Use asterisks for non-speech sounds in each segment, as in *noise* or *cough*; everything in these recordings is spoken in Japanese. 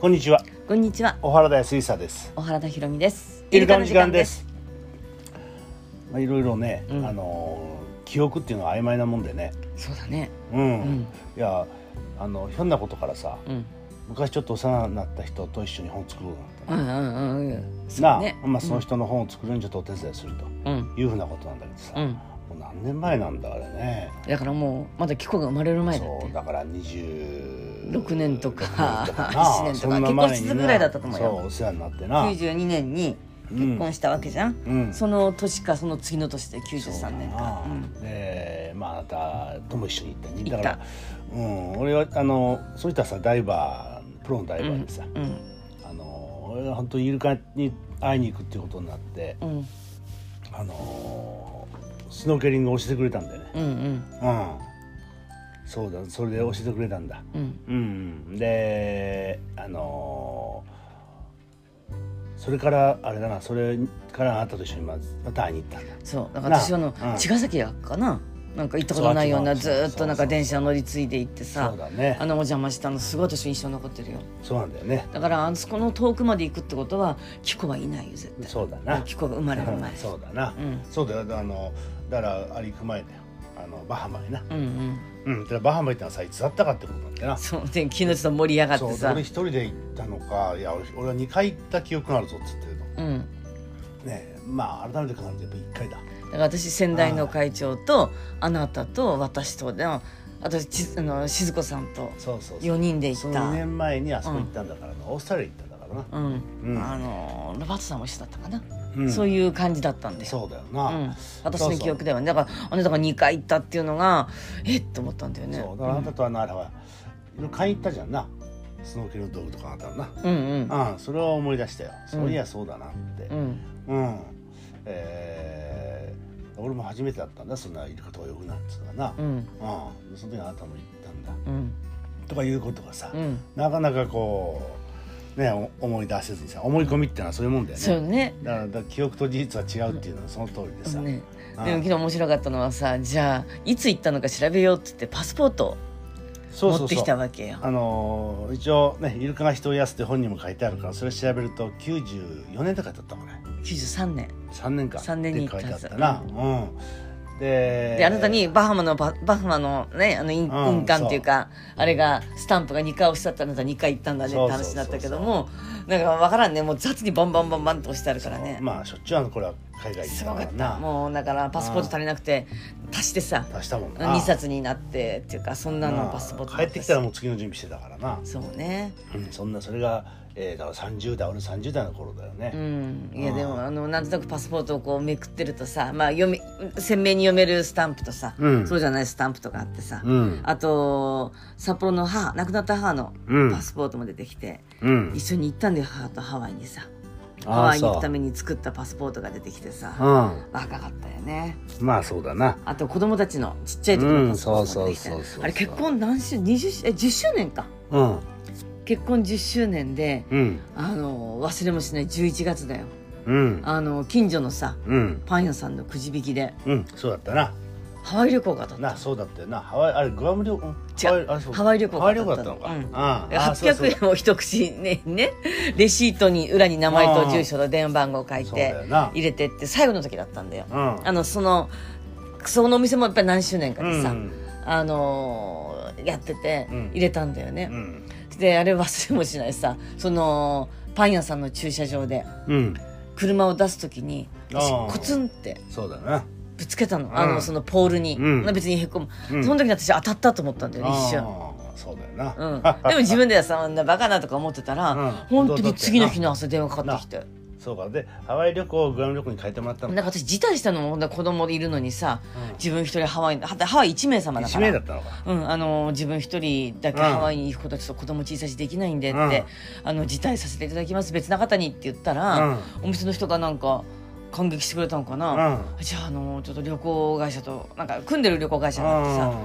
こんにちはこんにちは、小原田康久です小原田ひろみです。イルカの時間です。まあいろいろね、うんあのー記憶っていうのは曖昧なもんでねそうだね。うん、うんいやあのひょんなことからさうん、昔ちょっと幼くなった人と一緒に本作ろうう、なんんて、うん、うん、そなあ、うね。まあ、その人の本を作るにちょっとお手伝いするとうん、いうふうなことなんだけどさ、うん、もう何年前なんだあれねだからもう、まだキコが生まれる前だっそうだから20 6年とか6年な7年とかそんな前に結婚するぐらいだったと思うよそうお世話になってて。な九十二年に結婚したわけじゃん。うんその年か、その次の年で九十そうだ三な年か。うんでまああなたとも一緒に行ったに行だっかたら、うん、俺はあのそういったさダイバープロのダイバーでさ、うん、あの俺が本当にイルカに会いに行くっていうことになって、うん、あのスノーケリングを教えてくれたんだよねうん、うん、うんそうだそれで教えてくれたんだうん、うんであのそれからあれだなそれからあなたと一緒にまずまた会いに行ったんだそう、だから私はあのなあうん、茅ヶ崎やっかな。なんか行ったことないような、そうずーっとなんそうそうそかう電車乗り継いで行ってそさう。だねあのお邪魔したの、すごい私印象残ってるよ。そうなんだよねだからあそこの遠くまで行くってことはキコはいないよ絶対そうだなキコが生まれる *laughs* 前そうだな、うんそうだよあのだからあれ行く前だよあのバハマへなうんうんうんだからバハマ行ったのはさいつだったかってことなんだよなそうで昨日ちょっと盛り上がっそてうでさ俺一人で行ったのかいや俺俺は2回行った記憶があるぞっつってるのうんねまあ改めて考えるとやっぱ1回だだから私先代の会長とあなたと私とであとちあの静子さんとそうそうそう4人で行そっのた2年前にあそこ行ったんだからな、オーストラリア行ったんだからな、うん、うんあのロバートさんも一緒だったかな、うんそういう感じだったんでそうだよな、うん、私そうそのう記憶ではねだからあなたが2回行ったっていうのがえっと思ったんだよねそうだからあなたとあのあれは買いに行ったじゃんなスノーケルの道具とかあったのなうんうんうん、それは思い出したよそういやそうだなってうんううんん、えー俺も初めてだったんだそんなイルカとか泳ぐなんつうのはな、うんうん、その時あなたも行ったんだうんとかいうことがさ、うんなかなかこうねお思い出せずにさ思い込みってのはそういうもんだよそうねねだからだから記憶と事実は違うっていうのはその通りでさ、ね、うんでも昨日面白かったのはさじゃあいつ行ったのか調べようって言ってパスポートそうをそ持うってそきたうわけよ。あのー一応ねイルカが人を癒すって本にも書いてあるからそれ調べると94年とかだったもんね93年3年間3年に行った書いはてずあったな、うん、でであなたにバハマのババハマのねあの印うん印鑑っていうかあれがスタンプが2回押しちゃったあなた2回行ったんだねそっうてそうそう話そうだったけどもなんか分からんねもう雑にバンバンバンバンと押してあるからねまあしょっちゅうあのこれは海外行すごかかっらたなもうだからパスポート足りなくて足してさ出したもんな2冊になってっていうかそんななのあパスポート帰ってきたらももう次の準備してたからな、そうねうん、そんなそれが、えー、だから30代俺30代の頃だようね、ん、いやうんでもあのなんとなくパスポートをこうめくってるとさ、まあ、読め鮮明に読めるスタンプとさ、うんそうじゃないスタンプとかあってさ、うんあと札幌の母亡くなった母のうんパスポートも出てきて、うん一緒に行ったんだよ母とハワイにさああハワイに行くたそうめに作ったパスポートが出てきてさう若かったよねんまあそうだなあと子供たちのちっちゃい時のパスポートも出てきてうんそうそうそうそうあれ結婚何周20周え10周年かうん結婚10周年でうんあの忘れもしない11月だようんあの近所のさうんパン屋さんのくじ引きでうんそうだったなハワイ旅行が当たっなそうだったよなハワイあれグアム旅行違うハワイ旅行ハワイ旅行だったのか、うんあたあああそうそう800円を一口ねねレシートに裏に名前と住所と電話番号書いそうだよてな入れてって最後の時だったんだようんあのそのそのお店もやっぱり何周年かでさ、うんあのーやっててうん入れたんだよねう、んであれ忘れもしないさそのパン屋さんの駐車場でうん車を出す時に私あーコツンってそうだなぶつけたのんあのそのポールに、うん別にへこむ、うんその時に私当たったと思ったんだよね一瞬。ああそうだよな、うん、でも自分ではさあんなバカなとか思ってたら、うん本当に次の日の朝電話かかってきて *laughs* そうかでハワイ旅行をグアム旅行に変えてもらったなのんか私辞退したのもほんと子供いるのにさ、うん自分一人ハワイにハワイ1名様だ一から名だったのかうん、あの自分一人だけうんハワイに行くことはちょっと子供小さいしできないんでって、あの辞退させていただきます別な方にって言ったら、お店の人がなんか感激してくれたのかうんな、じゃああのちょっと旅行会社となんか組んでる旅行会社があってさ、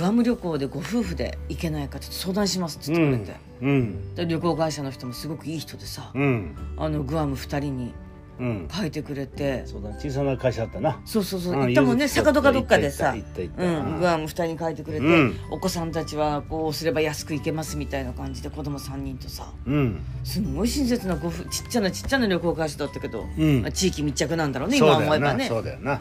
グアム旅行でご夫婦で行けないかちょっと相談しますってうん言ってくれて、うんで旅行会社の人もすごくいい人でさ、うんあのグアム二人にうん書いてくれてそうだ小さな会社だったなそうそうそううん行ったもんね柚子使って坂戸かどっかでさ行った行ったう行ったんグアム2人に書いてくれて、うんお子さんたちはこうすれば安く行けますみたいな感じで子供3人とさうんすんごい親切なご夫ちっちゃなちっちゃな旅行会社だったけど、うんまあ地域密着なんだろうねそう今だ思よえばなねそうだよな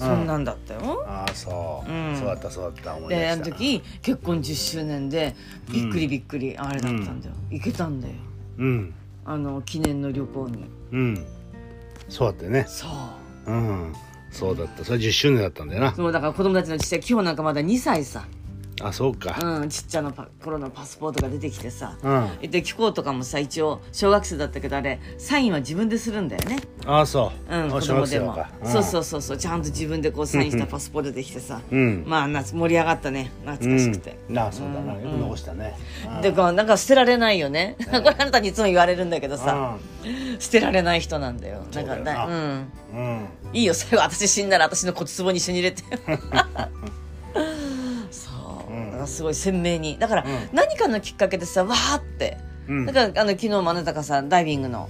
うん、そんなんだったよ。ああそう、うんそうだったそうだった思い出しでたあの時結婚10周年でびっくりびっくり、あれだったんだよ、行けたんだようんあの記念の旅行にうんそうだったよねそううんそうだったそれ10周年だったんだよなそうだから子供たちのちっちゃい今日なんかまだ2歳さ、あそうかうん、ちっちゃなパ頃のパスポートが出てきてさうんで紀行とかもさ一応小学生だったけどあれサインは自分でするんだよねああそう、うんあ子小供学で生も、か、そうそううそうそうちゃんと自分でこうサインしたパスポートできてさ、うんまあ夏盛り上がったね懐かしくて、うん、なあそうだな、よく残したねうんでこうなんか捨てられないよね *laughs* これあなたにいつも言われるんだけどさ捨てられない人なんだよそうだよななんかねうん、うん、うんいいよそれは私死んだら私の骨壺に一緒に入れ *laughs* てそう、うんだからすごい鮮明にだからうん何かのきっかけでさわーってうんだからあの昨日もあなたがさダイビングの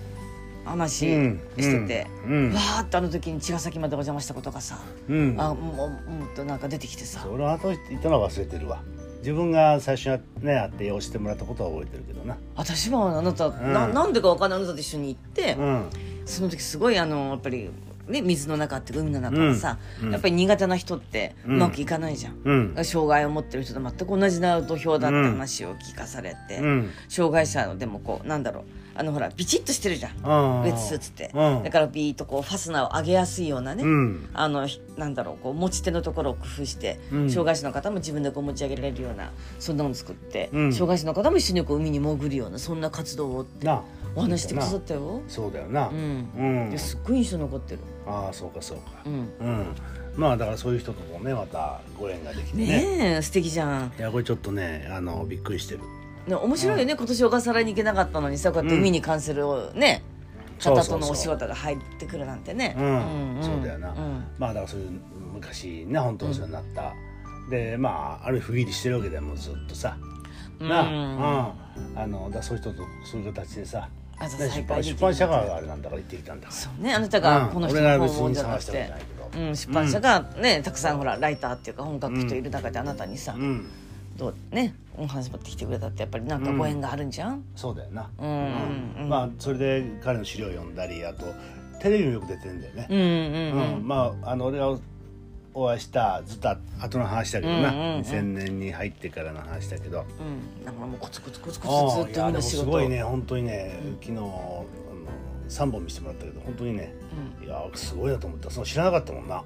話うんしてて、うんうんわーってあの時に茅ヶ崎までお邪魔したことがさ、うんあもうもっとなんか出てきてさ俺は後言ったのは忘れてるわ自分が最初にね会って押してもらったことは覚えてるけどな私はあなた、んななんでかわかんないあなたと一緒に行って、うんその時すごいあのやっぱり、ね、水の中っていうか海の中はさ、うんやっぱり苦手な人ってううんまくいかないじゃん、うん障害を持ってる人と全く同じな土俵だって話を聞かされて、うん障害者でもこうなんだろうあのほらビチッとしてるじゃんああウェットスーツって、うんだからビーッとこうファスナーを上げやすいようなね、うんあのひなんだろうこう持ち手のところを工夫して、うん障害者の方も自分でこう持ち上げられるようなそんなの作って、うん障害者の方も一緒にこう海に潜るようなそんな活動をってなあお話してくださったよ。そうだよなうんうんですっごい印象残ってる。ああそうかそうかうん、うんまあだからそういう人ともねまたご縁ができてねねえ素敵じゃん。いやこれちょっとねあのびっくりしてるね面白いよね、今年小笠原に行けなかったのにさこうやって海に関するね、そうそ方うそとうのお仕事が入ってくるなんてね。うんんんそうだよな、うんまあだからそういう昔ね本当にお世話になった、でまあある不義理してるわけでもうずっとさ、なあ,、うん、あのだからそういう人とそういう形でさあねじゃあ再出会版できる出版社側があれなんだから行ってきたんだからそうねあなたがうんこの人俺のが別本をにじゃな探くしたわけてじゃないけ、うん、出版社がねたくさんほらライターっていうか本書く人いる中であなたにさ、うんどうねお話持ってきてくれたってやっぱりなんかご縁があるんじゃん、そうだよな、うんうんうんまあそれで彼の資料を読んだりあとテレビもよく出てるんだよね、うん、うんうんうん、まああの俺がおお会いしたずっと後の話だけどな、うんうんうん2000年に入ってからの話だけどうんだからもうコツコツコツコツあずあっいとやで海のもす仕事ごいね本当にね昨日あの3本見せてもらったけど本当にねいやすごいなと思ったその知らなかったもんな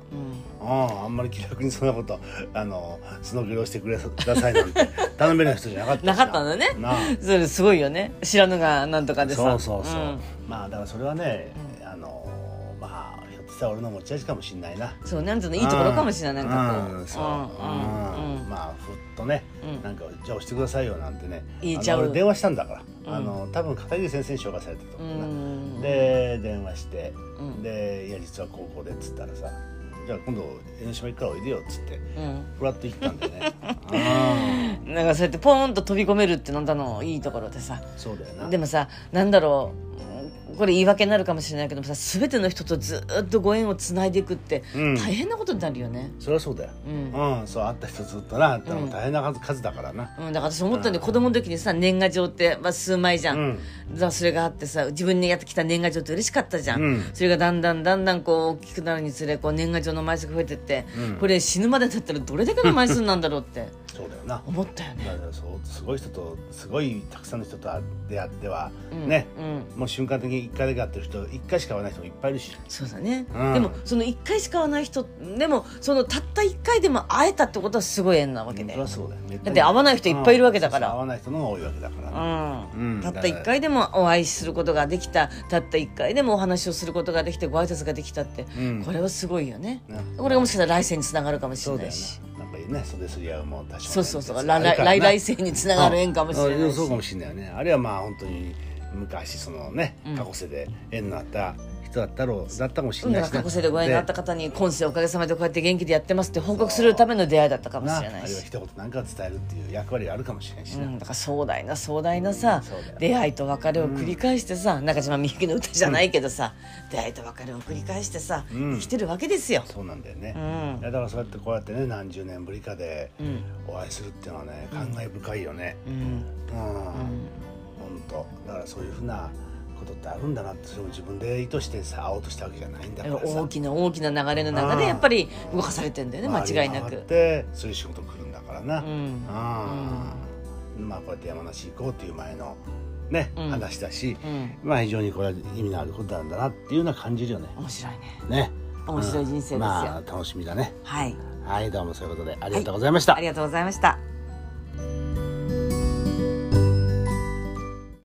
うんうんあああんまり気楽にそんなことあのスノーケルをしてくれさくださいなん *laughs* て頼めない人じゃなかったしなかったのねなあそれすごいよね知らぬがなんとかでそさうそうそう、んまあだからそれはね、あのまあひょっとしたら俺の持ち味かもしれないなそうなんつうのいいところかもしれないなんかこううんそう、うんうんうんまあふっとね、うんなんかじゃあ押してくださいよなんてね言っちあゃうの俺電話したんだから、うんあの多分片桐先生に紹介されたと思うな、うんで電話して、うんで「いや実は高校で」っつったらさ「じゃあ今度江ノ島行くからおいでよ」っつってうんふらっと行ったんだよね *laughs* あなんかそうやってポーンと飛び込めるってなんだのいいところでさあそうだよなでもさなんだろうこれ言い訳になるかもしれないけどもさ全ての人とずっとご縁をつないでいくってうん大変なことになるよね、そりゃそうだようんうん、そう会った人ずっとな会ったのも大変な数,、数だからなうんだから私思ったんで子供の時にさ年賀状って、まあ、数枚じゃん、うんだからそれがあってさ自分にやってきた年賀状って嬉しかったじゃん、うんそれがだんだんだんだんこう大きくなるにつれこう年賀状の枚数が増えてって、うんこれ死ぬまでだったらどれだけの枚数なんだろ *laughs* うってそうだよな思ったよだね。からそうすごい人とすごいたくさんの人と出会っては、うんね、うんもう瞬間的に1回だけ会ってる人1回しか会わない人もいっぱいいるしそうだね、うんでもその1回しか会わない人でもそのたった1回でも会えたってことはすごい縁なわけそで、れはそうだよねだって会わない人いっぱいいるわけだからうんそうそう会わない人の方が多いわけだからな、うんうんたった1回でもお会いすることができたたった1回でもお話をすることができてご挨拶ができたって、うんこれはすごいよねねこれがもしかしたら来世につながるかもしそれうだなよいしななんかね袖すり合うもん多少そうそうそうある来からな来来世につながる縁かもしれうなんいしそうかもしれないよねあるいはまあ本当に昔そのね過去世で縁のあった人人だったろうだったかもしれ運ないがしな過去世でご縁があった方に今世おかげさまでこうやって元気でやってますって報告するための出会いだったかもなしあれるいなはいし、一言何か伝えるっていう役割があるかもしれないしうな、ん、だから壮大な壮大なさ、そうだよ出会いと別れを繰り返してさ、中島みゆきの歌じゃないけどさ、出会いと別れを繰り返してさ、うん生きてるわけですよ。そうなんだよね、うんいやだからそうやってこうやってね何十年ぶりかでうんお会いするっていうのはね感慨深いよねうんうん、うん本当だからそういうふうなことってあるんだなってそれを自分で意図してさ会おうとしたわけじゃないんだからさ大きな大きな流れの中でうんやっぱり動かされてんだよね間違いな回り回っく。てそういう仕事来るんだからな、ううんんまあこうやって山梨行こうっていう前のね、うん話だし、うんまあ非常にこれは意味のあることなんだなっていうのは感じるよね面白いねね面白い人生ですよ。まあ楽しみだねはいはいどうもそういうことでありがとうございました、ありがとうございました。